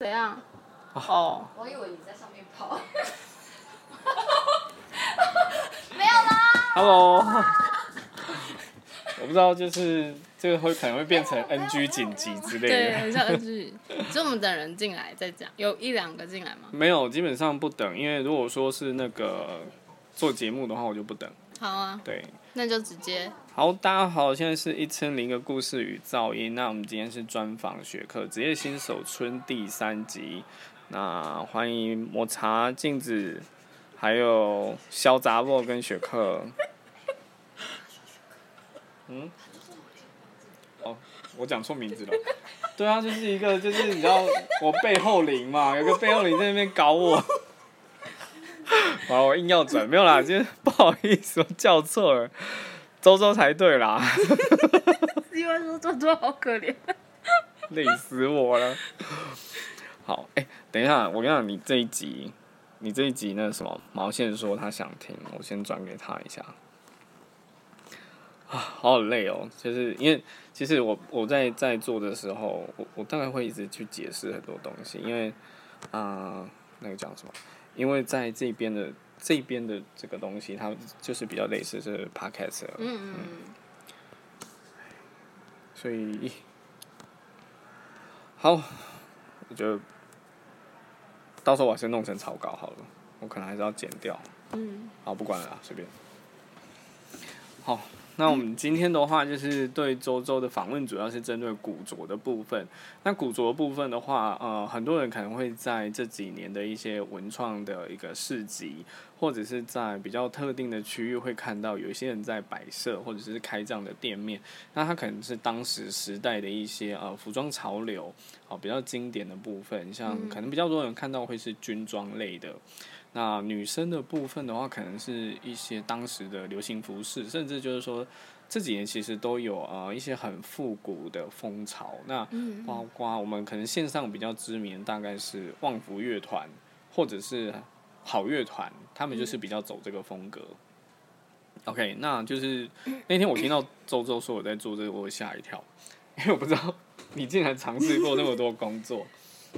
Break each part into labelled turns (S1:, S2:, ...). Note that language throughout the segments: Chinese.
S1: 怎样？哦，
S2: 我以为你在上面跑。
S3: Hello，我不知道，就是这个会可能会变成 NG 紧急之类
S1: 对，
S3: 的。
S1: 很像 NG。只有我们等人进来再讲，有一两个进来吗？
S3: 没有，基本上不等，因为如果说是那个做节目的话，我就不等。
S1: 好啊，
S3: 对，
S1: 那就直接
S3: 好，大家好，现在是一千零个故事与噪音。那我们今天是专访学科职业新手村第三集，那欢迎抹茶镜子，还有肖杂货跟雪克。嗯，哦，我讲错名字了。对啊，就是一个，就是你知道我背后灵嘛，有个背后灵在那边搞我。 好，我硬要转，没有啦，就是不好意思，我叫错了。周周才对啦，
S1: 因为说周周好可怜。
S3: 累死我了。好，哎、等一下，我跟你讲，你这一集，你这一集那什么，毛线说他想听，我先转给他一下。啊，好好累哦，就是因为其实我我在在做的时候，我我大概会一直去解释很多东西，因为啊、那个叫什么？因为在这边的这边的这个东西，它就是比较类似是 podcast，的
S1: 嗯嗯，
S3: 所以好，我觉得到时候我还是弄成草稿好了，我可能还是要剪掉。
S1: 嗯，
S3: 好，不管了啦，随便。好，那我们今天的话就是对周周的访问，主要是针对古着的部分。那古着的部分的话，呃，很多人可能会在这几年的一些文创的一个市集，或者是在比较特定的区域会看到有一些人在摆设或者是开这样的店面。那它可能是当时时代的一些呃服装潮流，好、比较经典的部分，像可能比较多人看到会是军装类的。那女生的部分的话，可能是一些当时的流行服饰，甚至就是说这几年其实都有呃一些很复古的风潮。那包括我们可能线上比较知名，大概是旺福乐团或者是好乐团，他们就是比较走这个风格。OK，那就是那天我听到周周说我在做这个，我吓一跳，因为我不知道你竟然尝试过那么多工作。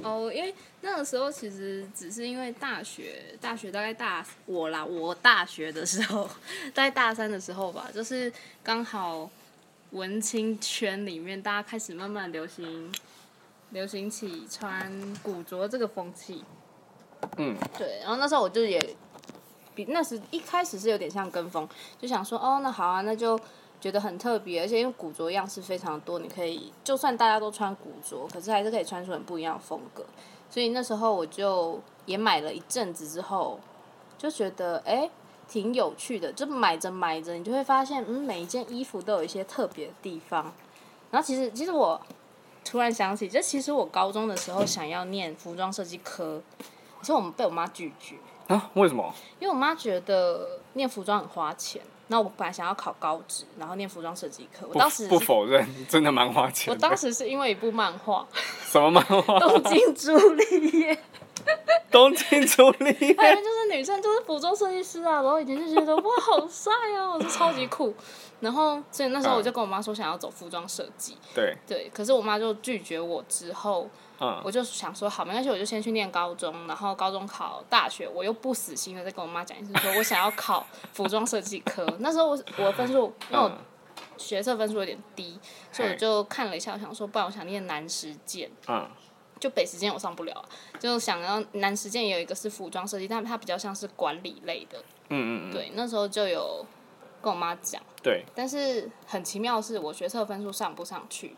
S1: 哦，因为那个时候其实只是因为大学，大学大概大我啦，我大学的时候， 大概大三的时候吧，就是刚好文青圈里面大家开始慢慢流行，流行起穿古着这个风气。
S3: 嗯，
S1: 对，然后那时候我就也比那时一开始是有点像跟风，就想说哦，那好啊，那就觉得很特别，而且因为古着样式非常多，你可以就算大家都穿古着，可是还是可以穿出很不一样的风格。所以那时候我就也买了一阵子之后，就觉得哎、诶挺有趣的，就买着买着，你就会发现，嗯，每一件衣服都有一些特别的地方。然后其实其实我突然想起，就其实我高中的时候想要念服装设计科，可是我们被我妈拒绝。
S3: 啊，为什么？
S1: 因为我妈觉得念服装很花钱，那我本来想要考高职，然后念服装设计科。我
S3: 不
S1: 当时
S3: 不
S1: 是
S3: 否认，真的蛮花钱
S1: 我
S3: 的。
S1: 当时是因为一部漫画
S3: 什么漫
S1: 《
S3: 画？
S1: 东京朱丽叶》，
S3: 东京朱丽
S1: 还有
S3: 叶。
S1: 就是女生就是服装设计师啊，然后以前就觉得哇好帅哦，我说超级酷。然后所以那时候我
S3: 啊
S1: 就跟我妈说想要走服装设计，
S3: 对，
S1: 对，可是我妈就拒绝我之后，
S3: 嗯，
S1: 我就想说，好，没关系，我就先去念高中，然后高中考大学，我又不死心的再跟我妈讲一次，说我想要考服装设计科。那时候我我的分数，因为我
S3: 嗯
S1: 学测分数有点低，所以我
S3: 嘿
S1: 就看了一下，我想说，不然我想念南实践，
S3: 嗯，
S1: 就北实践我上不了啊，就想要南实践也有一个是服装设计，但它比较像是管理类的。
S3: 嗯嗯嗯，
S1: 对，那时候就有跟我妈讲，
S3: 对，
S1: 但是很奇妙的是，我学测分数上不上去，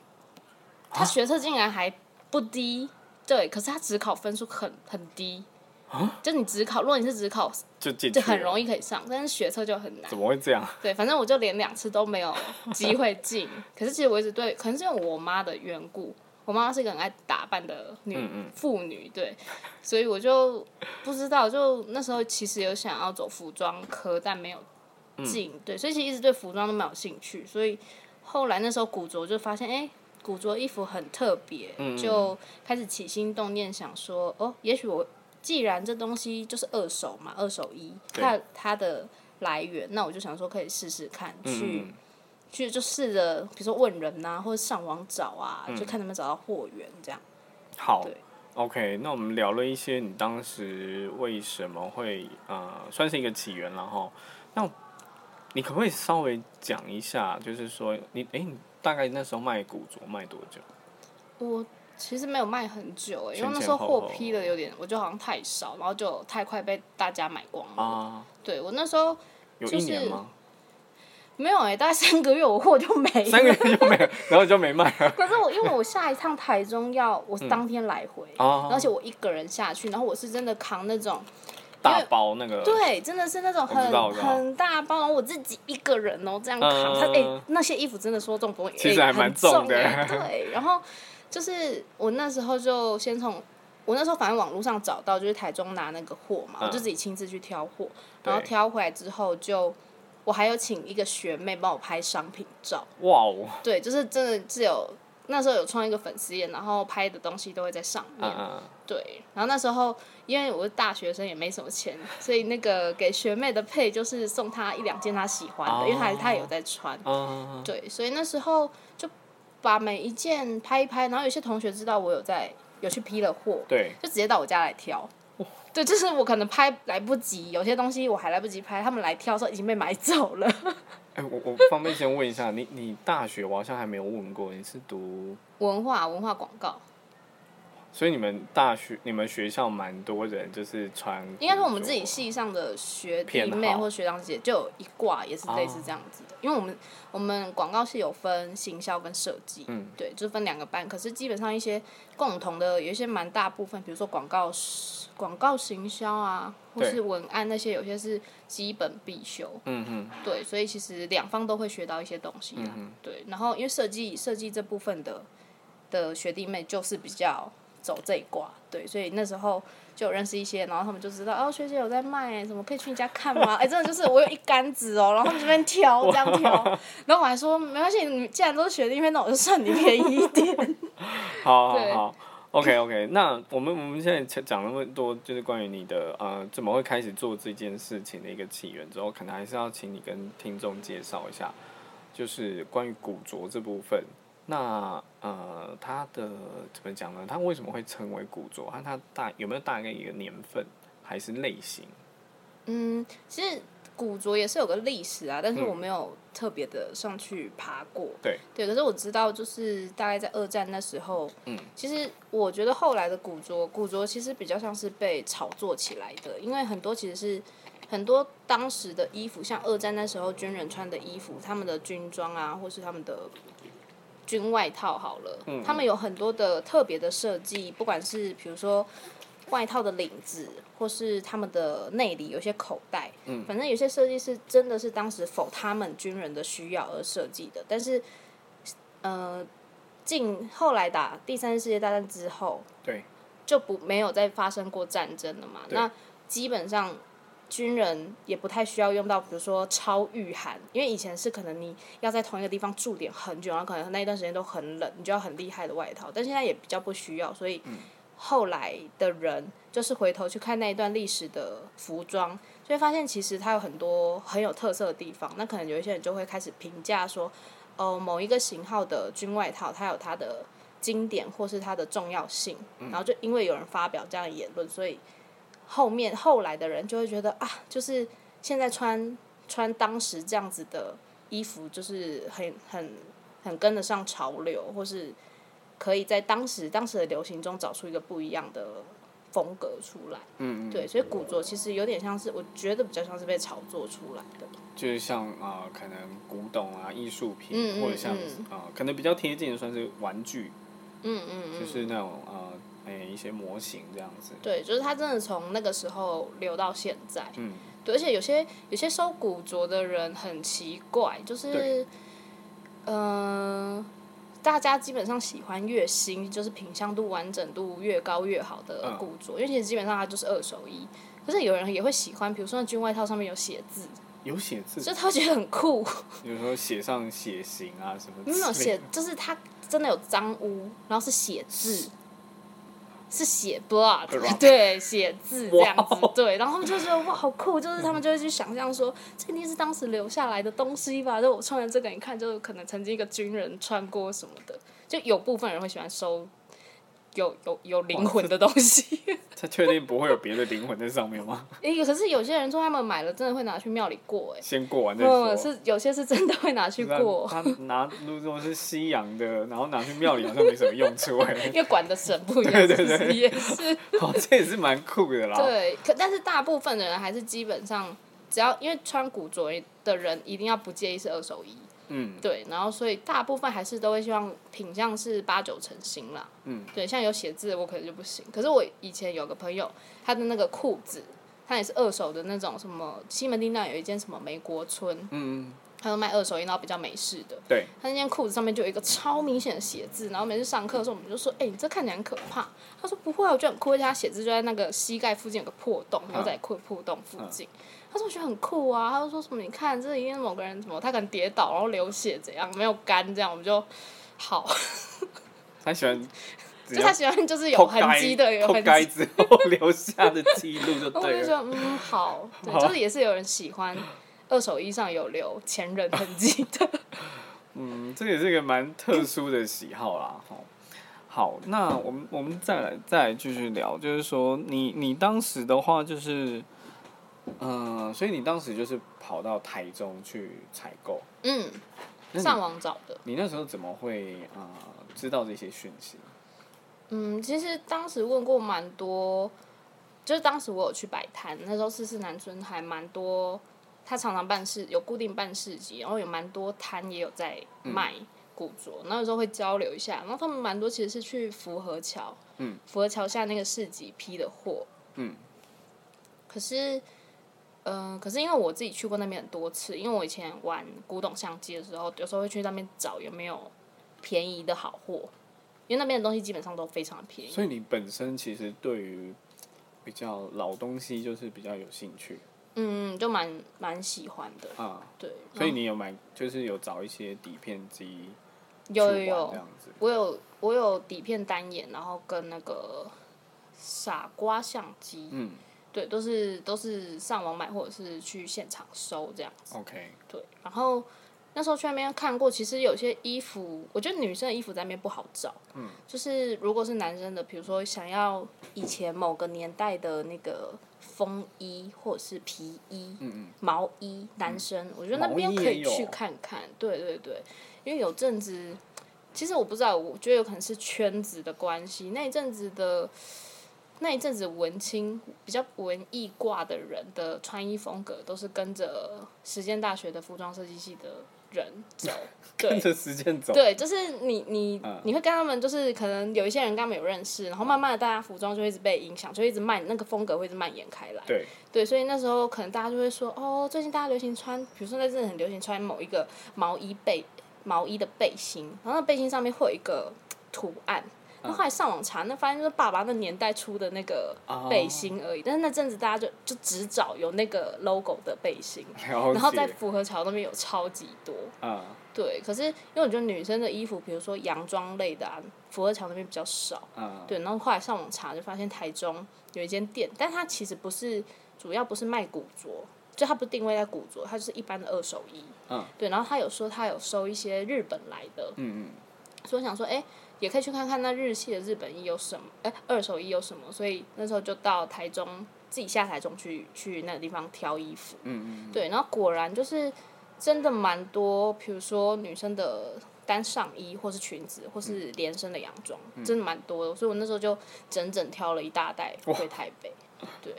S3: 啊
S1: 他学测竟然还不低，对，可是他只考分数很很低，
S3: 啊
S1: 就你只考，如果你是只考，
S3: 就进
S1: 就
S3: 去了
S1: 很容易可以上，但是学测就很难
S3: 怎。么会这样？
S1: 对，反正我就连两次都没有机会进。 可是其实我一直对，可能是因为我妈的缘故，我妈是一个很爱打扮的女
S3: 嗯嗯
S1: 妇女，对，所以我就不知道，就那时候其实有想要走服装科，但没有
S3: 嗯
S1: 进，对，所以其实一直对服装都蛮有兴趣。所以后来那时候古着就发现，哎、古着衣服很特别，
S3: 嗯
S1: 就开始起心动念，想说哦，也许我既然这东西就是二手嘛，二手衣，
S3: 对
S1: 它它的来源，那我就想说可以试试看，去、
S3: 嗯
S1: 去就试啊
S3: 嗯
S1: 着，比如说问人呐、或者上网找啊，就看能不能找到货源这样。
S3: 好
S1: 对，
S3: OK，那我们聊了一些你当时为什么会呃算是一个起源然后，那你可不可以稍微讲一下，就是说你诶，你大概那时候卖古着卖多久？
S1: 我其实没有卖很久、欸，因为
S3: 前
S1: 那
S3: 前
S1: 时候
S3: 后
S1: 货
S3: 后
S1: 批的有点，我就好像太少，然后就太快被大家买光了。
S3: 啊，
S1: 对我那时候
S3: 有
S1: 就
S3: 一
S1: 是
S3: 年吗？
S1: 没有哎、大概三个月我货就没了。
S3: 三个月就 没有，然后就没卖了。
S1: 可是我因为我下一趟台中要我是当天来回，
S3: 嗯哦
S1: 而且我一个人下去，然后我是真的扛那种，
S3: 大包那个，
S1: 对，真的是那种
S3: 我知道我
S1: 很
S3: 知道
S1: 很大包，然后我自己一个人哦这样扛。他哎、
S3: 嗯
S1: 那些衣服真的说重不重？
S3: 其实
S1: 哎
S3: 还蛮
S1: 很
S3: 重的
S1: 哎对，然后就是我那时候就先从。我那时候反正网络上找到，就是台中拿那个货嘛，
S3: 嗯
S1: 我就自己亲自去挑货，
S3: 对
S1: 然后挑回来之后就，我还有请一个学妹帮我拍商品照，
S3: 哇哦，
S1: 对，就是真的只有那时候有创一个粉丝页，然后拍的东西都会在上面。
S3: 嗯嗯，
S1: 对，然后那时候因为我是大学生，也没什么钱，所以那个给学妹的配就是送她一两件她喜欢的，因为她
S3: 哦
S1: 她也有在穿。
S3: 嗯
S1: 对，所以那时候就把每一件拍一拍，然后有些同学知道我有在有去批了货，
S3: 对，哦
S1: 就直接到我家来挑。对，就是我可能拍来不及，有些东西我还来不及拍，他们来挑的时候已经被买走了。
S3: 哎、我我方便先问一下，你你大学我好像还没有问过，你是读，
S1: 文化文化广告，
S3: 所以你们大学你们学校蛮多人就是穿，
S1: 应该说我们自己，系上的学弟妹
S3: 偏好哦
S1: 或学长姐就有一挂也是类似这样子的，因为我们我们广告系有分行销跟设计，
S3: 嗯
S1: 对，就分两个班。可是基本上一些共同的有一些蛮大部分，比如说广告广告行销啊，或
S3: 对
S1: 是文案那些，有些是基本必修，
S3: 嗯哼，
S1: 对，所以其实两方都会学到一些东西啦。对，然后因为设计设计这部分的的学弟妹就是比较走这一挂，对，所以那时候就有认识一些，然后他们就知道哦，学姐有在卖、什么可以去你家看吗？ 哎、真的就是我有一杆子哦，然后他们这边挑这样挑，然后我还说没关系，你既然都是学弟妹，那我就算你便宜一点。
S3: 好好
S1: 对
S3: 好，OK OK，那我们我们现在讲讲那么多，就是关于你的呃怎么会开始做这件事情的一个起源之后，可能还是要请你跟听众介绍一下，就是关于古着这部分。那呃，它的怎么讲呢？它为什么会成为古着？和它大有没有大概一个年份，还是类型？
S1: 嗯，其实古着也是有个历史啊，但是我没有特别的上去爬过。
S3: 嗯对
S1: 对，可是我知道，就是大概在二战那时候，
S3: 嗯，
S1: 其实我觉得后来的古着，古着其实比较像是被炒作起来的，因为很多其实是很多当时的衣服，像二战那时候军人穿的衣服，他们的军装啊，或是他们的军外套好了，
S3: 嗯
S1: 他们有很多的特别的设计，不管是比如说外套的领子，或是他们的内里有些口袋，嗯，反正有些设计是真的是当时否他们军人的需要而设计的，但是，呃，近后来打第三次世界大战之后，
S3: 对，
S1: 就不没有再发生过战争了嘛，
S3: 对
S1: 那基本上。军人也不太需要用到，比如说超御寒，因为以前是可能你要在同一个地方驻点很久，然后可能那一段时间都很冷，你就要很厉害的外套。但现在也比较不需要，所以后来的人就是回头去看那一段历史的服装，就会发现其实它有很多很有特色的地方。那可能有一些人就会开始评价说，哦、某一个型号的军外套，它有它的经典或是它的重要性。
S3: 嗯
S1: 然后就因为有人发表这样的言论，所以后面后来的人就会觉得啊，就是现在穿穿当时这样子的衣服，就是很很很跟得上潮流，或是可以在当时当时的流行中找出一个不一样的风格出来。
S3: 嗯，
S1: 对，所以古着其实有点像是，我觉得比较像是被炒作出来的。
S3: 就是像啊、呃可能古董啊、艺术品，
S1: 嗯嗯
S3: 或者像啊、
S1: 嗯
S3: 呃可能比较贴近的算是玩具，
S1: 嗯嗯嗯，
S3: 就是那种啊，呃诶、一些模型这样子。
S1: 对，就是它真的从那个时候流到现在。
S3: 嗯，
S1: 对，而且有些有些收古着的人很奇怪，就是
S3: 对，
S1: 嗯、大家基本上喜欢越新，就是品相度、完整度越高越好的
S3: 嗯
S1: 古着，因为其实基本上它就是二手衣。可是有人也会喜欢，比如说那军外套上面有写字，
S3: 有写字，
S1: 就是他会觉得很酷。
S3: 有时候写上血型啊什么之类的。
S1: 没有写，就是他真的有脏污，然后是写字，是写 blood，
S3: Blood
S1: 对，写字这样子
S3: 哇哦，
S1: 对，然后他们就觉得哇好酷，就是他们就会去想象说，这一定是当时留下来的东西吧，就我穿的这个，你看，就是可能曾经一个军人穿过什么的，就有部分人会喜欢收有有有灵魂的东西。
S3: 他确定不会有别的灵魂在上面吗？
S1: 诶、可是有些人说他们买了真的会拿去庙里过、诶，
S3: 先过完再说。
S1: 嗯，是有些是真的会拿去
S3: 不然
S1: 过，
S3: 他拿如果是西洋的，然后拿去庙里好像没什么用处哎、
S1: 因为管的神不一样，
S3: 对对
S1: 其实
S3: 对
S1: 也是
S3: 哦，这也是蛮酷的啦。
S1: 对。可但是大部分的人还是基本上，只要因为穿古着的人一定要不介意是二手衣，
S3: 嗯，
S1: 对，然后所以大部分还是都会希望品相是八九成新啦。
S3: 嗯，
S1: 对，像有写字的我可能就不行。可是我以前有个朋友，他的那个裤子，他也是二手的那种什么西门町那有一间什么美国村，
S3: 嗯，
S1: 他都卖二手衣，然后比较美式的。
S3: 对，
S1: 他那件裤子上面就有一个超明显的写字，然后每次上课的时候我们就说：“哎、你这看起来很可怕。”他说：“不会啊，我觉得很酷，而且他写字就在那个膝盖附近有个破洞，牛
S3: 嗯
S1: 仔裤的破洞附近。他说：“我觉得很酷啊。”他就说什么：“你看，这一定是某个人什么，他可能跌倒然后流血怎样，没有干这样。”我们就好，
S3: 他喜欢，只
S1: 就
S3: 要
S1: 他喜欢就是有
S3: 偷
S1: 痕迹的，有
S3: 偷
S1: 痕
S3: 该
S1: 迹。
S3: 之后留下的记录 就
S1: 然后我
S3: 对
S1: 就
S3: 了。
S1: 说：“嗯， 好，对，
S3: 好
S1: 就是也是有人喜欢二手衣上有留前人痕迹的。
S3: 嗯，这也是一个蛮特殊的喜好啦。好，好，那我们我们再来再来继续聊，就是说你你当时的话就是，嗯、所以你当时就是跑到台中去采购，”
S1: 嗯，
S3: 那你
S1: 上网找的。
S3: 你那时候怎么会啊、呃知道这些讯息？
S1: 嗯，其实当时问过蛮多，就是当时我有去摆摊，那时候四四南村还蛮多，他常常办事有固定办市集，然后有蛮多摊也有在
S3: 嗯
S1: 卖古着，那有时候会交流一下，然后他们蛮多其实是去福和桥，
S3: 嗯，
S1: 福和桥下那个市集批的货，
S3: 嗯，
S1: 可是。嗯、可是因为我自己去过那边很多次，因为我以前玩古董相机的时候，有时候会去那边找有没有便宜的好货，因为那边的东西基本上都非常便宜。
S3: 所以你本身其实对于比较老东西就是比较有兴趣
S1: 嗯，就蛮蛮喜欢的，
S3: 啊，
S1: 对。
S3: 所以
S1: 然
S3: 你有买，就是有找一些底片机
S1: 后
S3: 去
S1: 有有
S3: 玩这
S1: 有
S3: 样，子。
S1: 我有我有底片单眼，然后跟那个傻瓜相机，
S3: 嗯
S1: 对，都是都是上网买或者是去现场收这样，
S3: ，OK，
S1: 对。然后那时候去那边看过，其实有些衣服，我觉得女生的衣服在那边不好找，嗯，就是如果是男生的，比如说想要以前某个年代的那个风衣或者是皮衣，
S3: 嗯嗯，
S1: 毛衣男生，我觉得那
S3: 毛
S1: 边
S3: 衣
S1: 可
S3: 也
S1: 以
S3: 有
S1: 去看看。对对对，因为有阵子，其实我不知道，我觉得有可能是圈子的关系，那一阵子的。那一阵子文青比较文艺挂的人的穿衣风格都是跟着实践大学的服装设计系的人走，对
S3: 跟，着时间走。
S1: 对，就是你你、
S3: 嗯
S1: 你会跟他们，就是可能有一些人跟他们有认识，然后慢慢的大家服装就会一直被影响，就一直蔓那个风格会一直蔓延开来。
S3: 对，
S1: 对，所以那时候可能大家就会说，哦，最近大家流行穿，比如说那阵子很流行穿某一个毛衣背毛衣的背心，然后那背心上面会有一个图案。
S3: 嗯
S1: 然后后来上网查，那发现就是爸爸那年代出的那个
S3: 哦
S1: 背心而已。但是那阵子大家就就只找有那个 logo 的背心，
S3: 了
S1: 然后在
S3: 解。
S1: 福和桥那边有超级多。
S3: 啊
S1: 对，可是因为我觉得女生的衣服，比如说洋装类的啊，福和桥那边比较少。
S3: 啊，
S1: 对，然后后来上网查就发现台中有一间店，但它其实不是主要不是卖古着，就它不定位在古着，它就是一般的二手衣。
S3: 嗯。
S1: 对，然后他有说他有收一些日本来的，
S3: 嗯嗯，
S1: 所以我想说，哎，也可以去看看那日系的日本衣有什么，哎，二手衣有什么，所以那时候就到台中自己下台中去去那个地方挑衣服。
S3: 嗯
S1: 对，然后果然就是真的蛮多，比如说女生的单上衣，或是裙子，或是连身的洋装，真的蛮多的。所以我那时候就整整挑了一大袋回台北。对，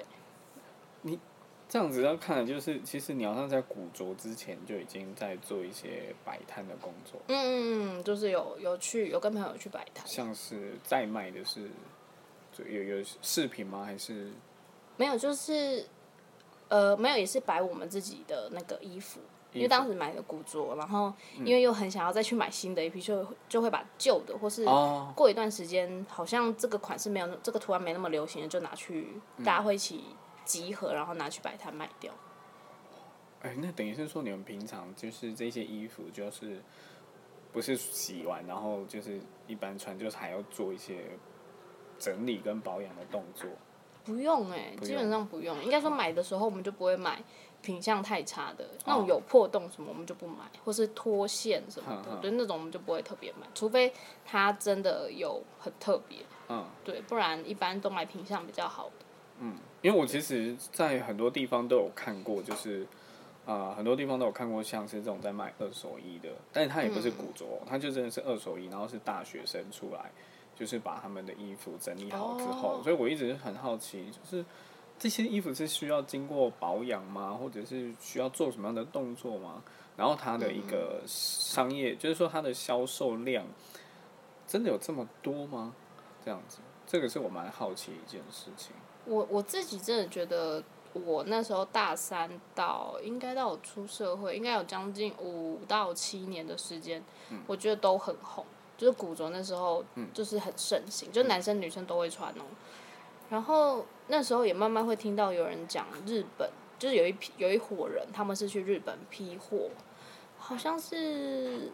S3: 这样子要看的就是，其实你好像在古着之前就已经在做一些摆摊的工作，
S1: 嗯嗯嗯，就是有有去有跟朋友去摆摊，
S3: 像是在卖的是，就有有饰品吗？还是
S1: 没有就是。呃，没有，也是摆我们自己的那个衣服，因为当时买的古着，然后因为又很想要再去买新的一批，就会就会把旧的或是
S3: 哦，
S1: 过一段时间，好像这个款式没有那这个图案没那么流行了，就拿去大家会一起集合，然后拿去摆摊卖掉。
S3: 哎、那等于是说你们平常就是这些衣服，就是不是洗完，然后就是一般穿，就是还要做一些整理跟保养的动作。
S1: 不用哎、
S3: 不用
S1: 基本上不用。应该说买的时候我们就不会买品相太差的，
S3: 哦
S1: 那种有破洞什么我们就不买，或是脱线什么
S3: 哼
S1: 的，
S3: 哼
S1: 对那种我们就不会特别买，除非它真的有很特别。
S3: 嗯
S1: 对，不然一般都买品相比较好的。
S3: 嗯，因为我其实，在很多地方都有看过，就是啊、呃很多地方都有看过，像是这种在卖二手衣的，但是它也不是古着哦，它就真的是二手衣，然后是大学生出来，就是把他们的衣服整理好之后，
S1: 哦
S3: 所以我一直很好奇，就是这些衣服是需要经过保养吗？或者是需要做什么样的动作吗？然后它的一个商业，就是说它的销售量真的有这么多吗？这样子，这个是我蛮好奇的一件事情。
S1: 我我自己真的觉得，我那时候大三到应该到我出社会，应该有将近五到七年的时间，我觉得都很红，就是古着那时候就是很盛行，就男生女生都会穿哦、然后那时候也慢慢会听到有人讲日本，就是有一批有一伙人，他们是去日本批货，好像是，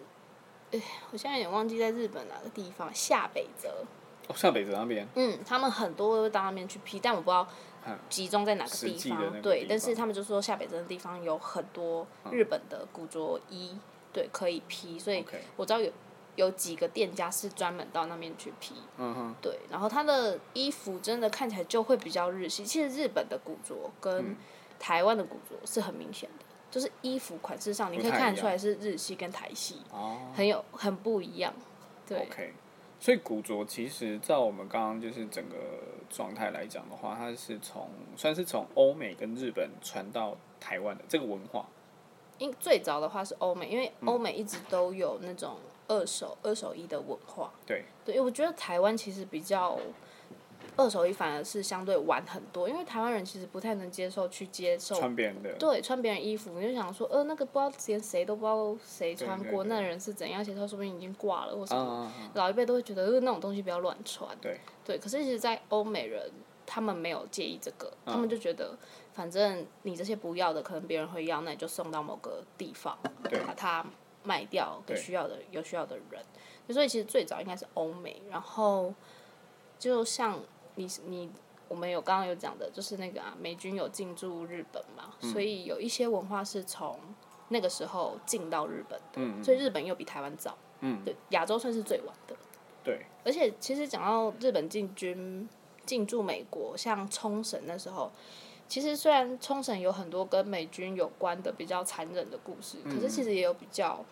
S1: 哎，我现在有点忘记在日本哪个地方，下北泽，
S3: 哦，下北泽那边，
S1: 嗯，他们很多都会到那边去批，但我不知道
S3: 嗯
S1: 集中在哪个
S3: 实
S1: 地
S3: 际的
S1: 方。
S3: 那个
S1: 对
S3: 地，
S1: 但是
S3: 方嗯
S1: 他们就说下北泽的地方有很多日本的古着衣，对，可以批，所以
S3: OK
S1: 我知道有有几个店家是专门到那边去批。
S3: 嗯哼，
S1: 对，然后它的衣服真的看起来就会比较日系。其实日本的古着
S3: 嗯
S1: 跟台湾的古着是很明显的，就是衣服款式上你
S3: 不
S1: 可以
S3: 太
S1: 看
S3: 一
S1: 得出
S3: 样
S1: 来是日系跟台系，
S3: 哦
S1: 很有很不一样。对
S3: ，OK，所以古着其实，在我们刚刚就是整个状态来讲的话，它是从算是从欧美跟日本传到台湾的这个文化，
S1: 因最早的话是欧美，因为
S3: 嗯
S1: 欧美一直都有那种二手二手衣的文化。
S3: 对，
S1: 对，因为我觉得台湾其实比较二手衣反而是相对晚很多，因为台湾人其实不太能接受去接受。
S3: 穿别人的，
S1: 对，穿别人衣服，你就想说，呃，那个不知道之前谁都不知道谁
S3: 对
S1: 穿
S3: 对
S1: 过，
S3: 对
S1: 那人是怎样，其实他说不定已经挂了或什
S3: 啊
S1: 么。
S3: 啊，啊
S1: 老一辈都会觉得，呃，那种东西不要乱穿。
S3: 对
S1: 可是其实，在欧美人他们没有介意这个，
S3: 嗯
S1: 他们就觉得，反正你这些不要的，可能别人会要，那你就送到某个地方，
S3: 对
S1: 把它卖掉给
S3: 对
S1: 需要的有需要的人。所以其实最早应该是欧美，然后就像你你。我们有刚刚有讲的，就是那个啊，美军有进驻日本嘛，
S3: 嗯
S1: 所以有一些文化是从那个时候进到日本的，
S3: 嗯
S1: 所以日本又比台湾早，
S3: 嗯
S1: 对，亚洲算是最晚的。
S3: 对，
S1: 而且其实讲到日本进军进驻美国，像冲绳那时候，其实虽然冲绳有很多跟美军有关的比较残忍的故事，
S3: 嗯
S1: 可是其实也有比较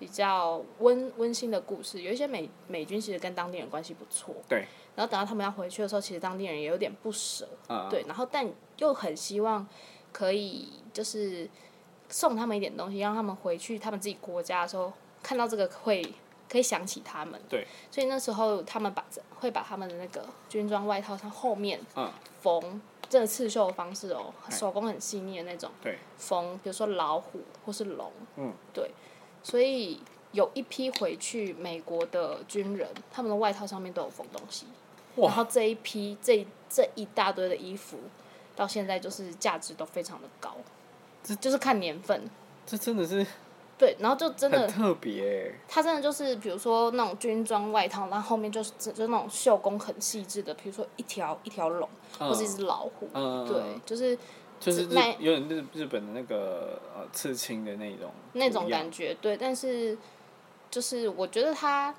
S1: 比较温温馨的故事。有一些美美军其实跟当地人关系不错，
S3: 对，
S1: 然后等到他们要回去的时候，其实当地人也有点不舍，
S3: 啊，
S1: 对，然后但又很希望可以就是送他们一点东西，让他们回去他们自己国家的时候看到这个会可以想起他们。
S3: 对，
S1: 所以那时候他们把会把他们的那个军装外套上后面
S3: 嗯
S1: 缝，这个刺绣的方式哦，
S3: 哎
S1: 手工很细腻的那种
S3: 对，
S1: 缝，比如说老虎或是龙。
S3: 嗯，
S1: 对，所以。有一批回去美国的军人，他们的外套上面都有缝东西。然后
S3: 哇，
S1: 这一批这这一大堆的衣服，到现在就是价值都非常的高，就是看年份。
S3: 这真的是
S1: 对，然后就真
S3: 很
S1: 的，
S3: 特别欸，
S1: 它真的就是，比如说那种军装外套，然后后面就是就是那种绣工很细致的，比如说一条一条龙，或是一只老虎，
S3: 嗯，
S1: 对，就是
S3: 就是日
S1: 那
S3: 有点日日本的那个呃刺青的那种
S1: 那种
S3: 图样
S1: 感觉，对。但是就是我觉得他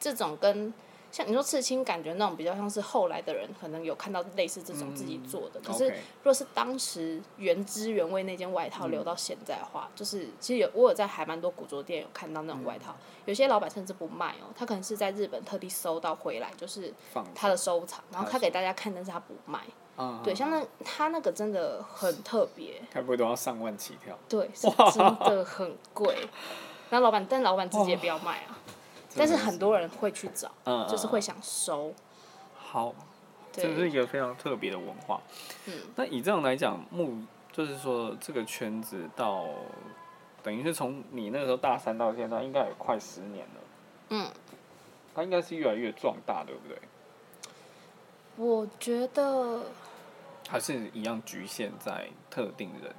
S1: 这种跟像你说刺青，感觉那种比较像是后来的人可能有看到类似这种自己做的，可是
S3: 嗯 OK
S1: 如果是当时原汁原味那件外套留到现在的
S3: 嗯
S1: 话，就是其实有我有在还蛮多古着店有看到那种外套，
S3: 嗯
S1: 有些老板甚至不卖哦，他可能是在日本特地搜到回来，就是
S3: 放着
S1: 他的收藏，然后
S3: 他
S1: 他
S3: 的
S1: 给大家看，但是他不卖。
S3: 啊，
S1: 对，像那他那个真的很特别，
S3: 该不会都要上万起跳？
S1: 对，是真的很贵。然后老板，但老板自己也不要卖啊。但是很多人会去找，
S3: 嗯
S1: 就是会想收。
S3: 好，嗯这是
S1: 对
S3: 一个非常特别的文化。
S1: 嗯，
S3: 那以这样来讲，木就是说这个圈子到等于是从你那个时候大三到现在，应该也快十年了。
S1: 嗯，
S3: 它应该是越来越壮大，对不对？
S1: 我觉得，
S3: 还是一样局限在特定人？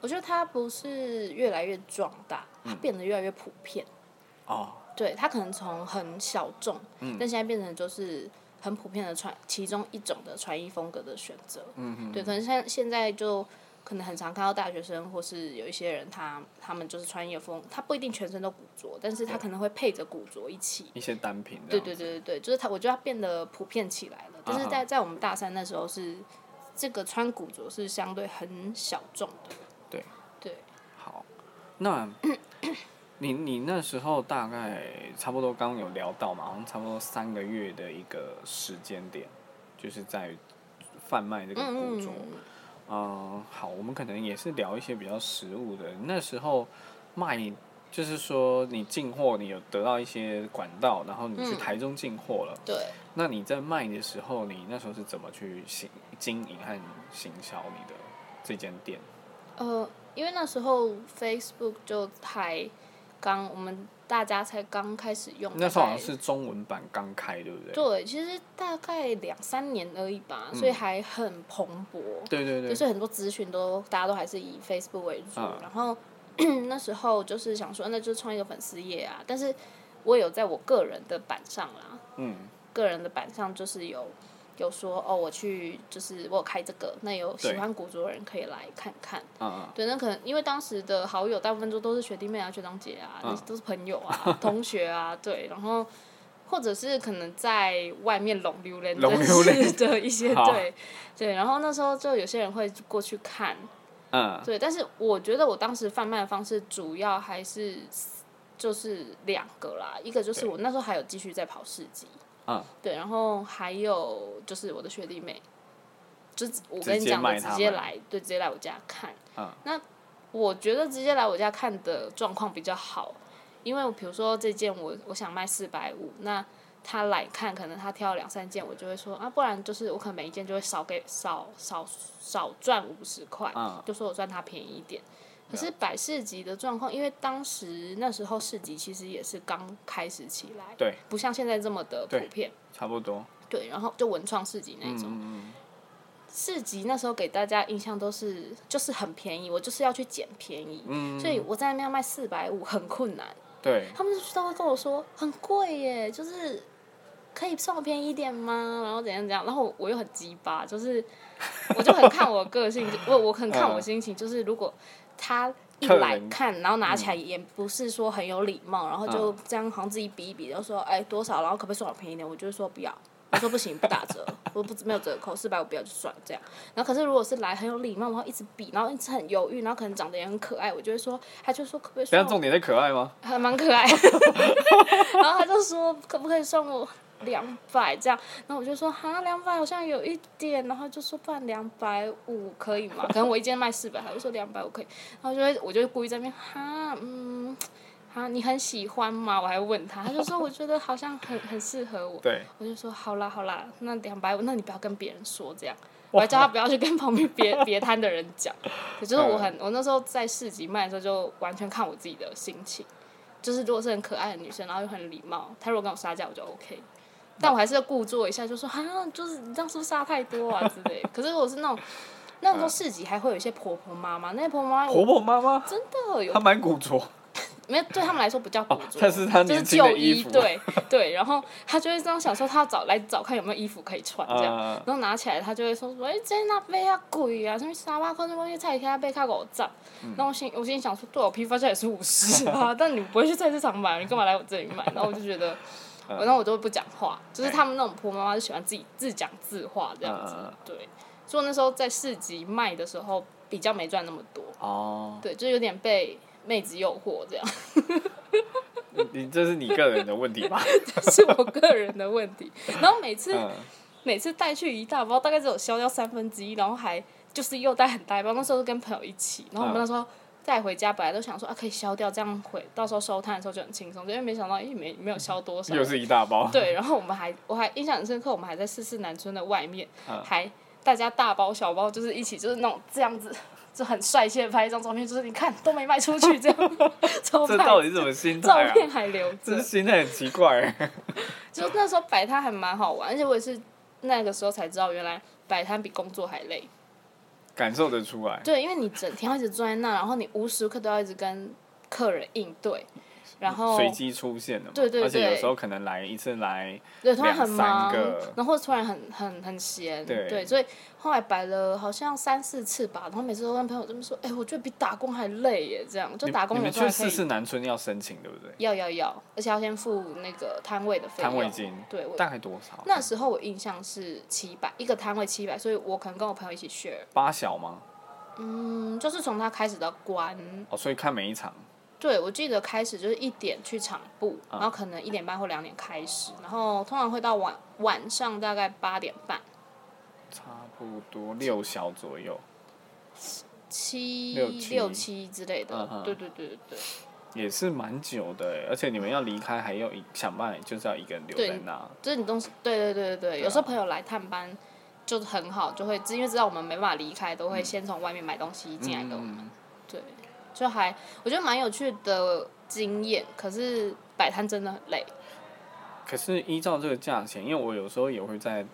S1: 我觉得它不是越来越壮大，它
S3: 嗯
S1: 变得越来越普遍。
S3: 哦，
S1: 对，它可能从很小众，
S3: 嗯
S1: 但现在变成就是很普遍的穿其中一种的穿衣风格的选择。
S3: 嗯
S1: 对，可能像现在就可能很常看到大学生或是有一些人他他们就是穿夜风，他不一定全身都古着，但是他可能会配着古着一起。
S3: 一些单品
S1: 对
S3: 这样
S1: 对
S3: 子。
S1: 对对对，就是他，我觉得他变得普遍起来了。但是
S3: 啊哈
S1: 在在我们大三那时候是，这个穿古着是相对很小众的。
S3: 对
S1: 对，
S3: 好，那你你那时候大概差不多刚刚有聊到嘛，好像差不多三个月的一个时间点，就是在贩卖这个古
S1: 嗯
S3: 着。
S1: 嗯，
S3: 嗯，好，我们可能也是聊一些比较实物的。那时候卖，就是说你进货，你有得到一些管道，然后你去
S1: 嗯
S3: 台中进货了。
S1: 对。
S3: 那你在卖的时候，你那时候是怎么去行经营和行销你的这间店？
S1: 呃，因为那时候 Facebook 就才刚，我们大家才刚开始用。
S3: 那时候好像
S1: 哦大概
S3: 是中文版刚开，对不对？
S1: 对，其实大概两三年而已吧，所以还很蓬勃。
S3: 对对嗯对
S1: 就是很多资讯都大家都还是以 Facebook 为主，
S3: 嗯
S1: 然后 那时候就是想说，那就创一个粉丝页啊。但是我有在我个人的版上啦，
S3: 嗯，
S1: 个人的版上就是有有说哦，我去就是我有开这个，那有喜
S3: 对
S1: 欢古着的人可以来看看。
S3: 啊、
S1: 对，那可能因为当时的好友大部分都都是学弟妹啊、学长姐啊，
S3: 嗯
S1: 都是朋友啊、 同学啊，对，然后或者是可能在外面拢溜人
S3: 拢溜 人
S1: 的一些
S3: 好
S1: 对对，然后那时候就有些人会过去看，
S3: 嗯，
S1: 对，但是我觉得我当时贩卖的方式主要还是就是两个啦，一个就是
S3: 对
S1: 我那时候还有继续在跑市集，
S3: 嗯，
S1: 对，然后还有就是我的学弟妹，就是我跟你
S3: 直接
S1: 讲，我
S3: 卖
S1: 直
S3: 他
S1: 接
S3: 们
S1: 来，对，直接来我家看，
S3: 嗯，
S1: 那我觉得直接来我家看的状况比较好，因为我比如说这件我我想卖四百五，那。他来看，可能他挑两三件，我就会说啊，不然就是我可能每一件就会少给少少少赚五十块，
S3: 嗯
S1: 就说我算它便宜一点。可是百事集的状况，因为当时那时候市集其实也是刚开始起来，
S3: 对，
S1: 不像现在这么的普
S3: 对
S1: 遍，
S3: 差不多。
S1: 对，然后就文创市集那
S3: 嗯
S1: 种。
S3: 嗯
S1: 市集那时候给大家印象都是就是很便宜，我就是要去捡便宜，
S3: 嗯，
S1: 所以我在那边要卖四百五很困难。
S3: 对，
S1: 他们就都会跟我说很贵耶，就是可以算我便宜一点吗？然后怎样怎样，然后我又很鸡巴，就是 我就很看我个性，就我我很看我心情，就是如果他。一
S3: 客
S1: 来
S3: 人
S1: 看，然后拿起来也不是说很有礼貌，然后就这样好像自己比一比，就说哎多少，然后可不可以算我便宜一点？我就说不要，我说不行，不打折， 我不没有折扣，四百五不要就算了这样。然后可是如果是来很有礼貌，然后一直比，然后一直很犹豫，然后可能长得也很可爱，我就会说，他就说可不可以
S3: 等
S1: 算
S3: 一下
S1: 我
S3: 重点在可爱吗？
S1: 还蛮可爱的。然后他就说可不可以送我两百这样，然后我就说哈两百好像有一点，然后他就说不然两百五可以吗？可能我一件卖四百，他就说两百五可以，然后就会我就故意在那边哈嗯。哈，你很喜欢吗？我还问他，他就说我觉得好像很很适合我，
S3: 对，
S1: 我就说好啦好啦，那两百五，那你不要跟别人说这样，我还叫他不要去跟旁边别别摊的人讲。可是我
S3: 嗯
S1: 很，我那时候在市集卖的时候，就完全看我自己的心情。就是如果是很可爱的女生，然后又很礼貌，她如果跟我撒娇，我就 OK。但我还是要故作一下，就说啊，就是你这样是不是撒太多啊之类的。可是我是那种，那时候市集还会有一些婆婆妈妈，那些婆婆妈妈
S3: 嗯婆婆妈妈，
S1: 真的哦有
S3: 她蛮古着。
S1: 没有对他们来说不叫古着，
S3: 但是哦他
S1: 就
S3: 年
S1: 是
S3: 轻的
S1: 旧
S3: 衣
S1: 衣，
S3: 服
S1: 对 对，然后他就会这样想说，他要找来找看有没有衣服可以穿这样，
S3: 啊
S1: 然后拿起来他就会说什么，哎、这那杯啊贵啊，什么沙巴块什么菜价杯卡五十，
S3: 嗯
S1: 然后我心我心里想说，对啊我批发价也是五十 啊，但你不会去菜市场买，你干嘛来我这里 买？然后我就觉得，
S3: 嗯
S1: 然后我就会不讲话，就是他们那种婆妈妈就喜欢自己自讲自话这样子
S3: 嗯嗯嗯，
S1: 对，所以我那时候在市集卖的时候比较没赚那么多，
S3: 哦，
S1: 对，就有点被妹子诱惑这样。
S3: 你你这是你个人的问 题吧？
S1: 是我个人的问题。然后每次、
S3: 嗯，
S1: 每次带去一大包，大概只有消掉三分之一，然后还就是又带很大一包。那时候是跟朋友一起，然后我们
S3: 嗯
S1: 那时候带回家，本来都想说啊可以消掉，这样回到时候收摊的时候就很轻松，因为没想到也没没有消多少。
S3: 又是一大包。
S1: 对，然后我们还我还印象很深刻，我们还在四四南村的外面，
S3: 嗯
S1: 还大家大包小包就是一起就是那种这样子。就很帅气的拍一张照片，就是你看都没卖出去这样，超
S3: 这
S1: 拍
S3: 到底是什么心
S1: 照
S3: 态啊？
S1: 片还留着
S3: 这，是心态很奇怪 欸。
S1: 就那时候摆摊还蛮好玩，而且我也是那个时候才知道，原来摆摊比工作还累。
S3: 感受得出来。
S1: 对，因为你整天要一直坐在那，然后你无时无刻都要一直跟客人应对，然后
S3: 随机出现的嘛，
S1: 哦对对
S3: 而且有
S1: 对
S3: 时候可能来一次来，
S1: 对，突然很
S3: 两三
S1: 忙
S3: 个，
S1: 然后突然很很很闲，
S3: 对
S1: 所以后来摆了好像三四次吧，然后每次都跟朋友这么说，哎、我觉得比打工还累耶，这样就
S3: 你
S1: 打工
S3: 你
S1: 有
S3: 们
S1: 时候
S3: 去
S1: 还可
S3: 四
S1: 以
S3: 四南村要申请对不对？
S1: 要要要，而且要先付那个摊位的费用，
S3: 摊位金
S1: 对，我
S3: 大概多少？
S1: 那时候我印象是七百，一个摊位七百，所以我可能跟我朋友一起 share，
S3: 八小吗？
S1: 嗯，就是从他开始到关，
S3: 哦，所以看每一场，
S1: 对，我记得开始就是一点去场部，
S3: 嗯
S1: 然后可能一点半或两点开始，然后通常会到晚晚上大概八点半，
S3: 差不多六小左右，
S1: 七
S3: 六七
S1: 六七之类的，
S3: 嗯哼
S1: 对对对对对，
S3: 也是蛮久的欸，而且你们要离开还要一想办法，就是要一个人留
S1: 对
S3: 在那。
S1: 就是你东西，对对对对对，
S3: 啊
S1: 有时候朋友来探班就很好，就会知因为知道我们没办法离开，都会先从外面买东西进来给我们，
S3: 嗯，
S1: 对，就还我觉得蛮有趣的经验，可是摆摊真的很累，
S3: 可是依照这个价钱，因为我有时候也会在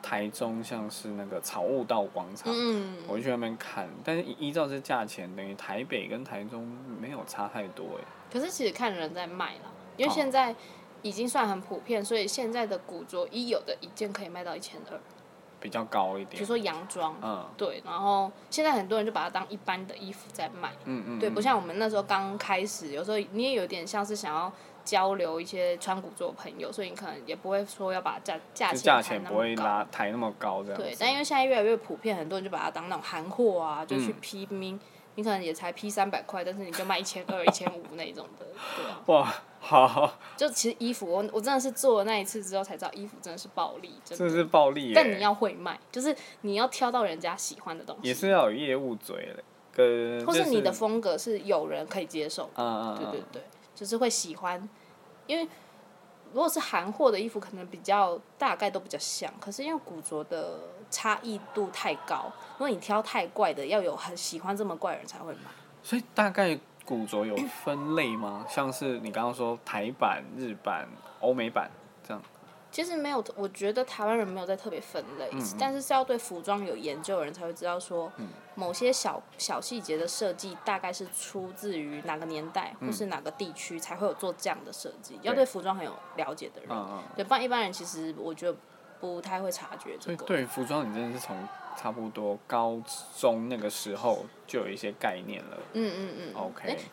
S3: 台中，像是那个草悟道广场，
S1: 嗯，
S3: 我会去那边看。但是依依照这价钱，等于台北跟台中没有差太多哎。
S1: 可是其实看人在卖了，因为
S3: 哦
S1: 现在。已经算很普遍，所以现在的古着衣有的一件可以卖到一千二，
S3: 比较高一
S1: 比如
S3: 点。
S1: 说洋装，
S3: 嗯
S1: 对，然后现在很多人就把它当一般的衣服在卖，
S3: 嗯嗯，
S1: 对，不
S3: 嗯
S1: 像我们那时候刚开始，有时候你也有点像是想要交流一些穿古着的朋友，所以你可能也不会说要把价价
S3: 就
S1: 钱
S3: 价
S1: 抬
S3: 钱
S1: 那
S3: 不
S1: 么
S3: 会
S1: 高
S3: 拉抬那么高这样子。
S1: 对，但因为现在越来越普遍，很多人就把它当那种韩货啊，就去
S3: 嗯
S1: 批命，你可能也才批三百块，但是你就卖一千二、一千五那种的，对啊。
S3: 哇，好，
S1: 就其实衣服，我我真的是做了那一次之后才知道，衣服真的是暴利，真
S3: 这
S1: 的。
S3: 是暴欸利耶。
S1: 但你要会卖，就是你要挑到人家喜欢的东
S3: 也
S1: 西，
S3: 是要有业务嘴嘞，跟
S1: 或
S3: 就是
S1: 你的风格是有人可以接受的。
S3: 嗯嗯
S1: 对
S3: 嗯，
S1: 对对，就是会喜欢，因为如果是韩货的衣服，可能比较大概都比较像，可是因为古着的差异度太高，如果你挑太怪的，要有很喜欢这么怪的人才会买。
S3: 所以大概古着有分类吗？像是你刚刚说台版、日版、欧美版这样。
S1: 其实没有，我觉得台湾人没有在特别分类，
S3: 嗯
S1: 但是是要对服装有研究的人才会知道说，某些小小细节的设计大概是出自于哪个年代或是哪个地区才会有做这样的设计，要
S3: 嗯对
S1: 对服装很有了解的人。
S3: 嗯嗯。
S1: 对，不然一般人其实我觉得不太会察觉
S3: 所
S1: 这
S3: 以
S1: 个。
S3: 对于服装，你真的是从差不多高中那个时候就有一些概念了。
S1: 嗯嗯嗯。
S3: OK
S1: 诶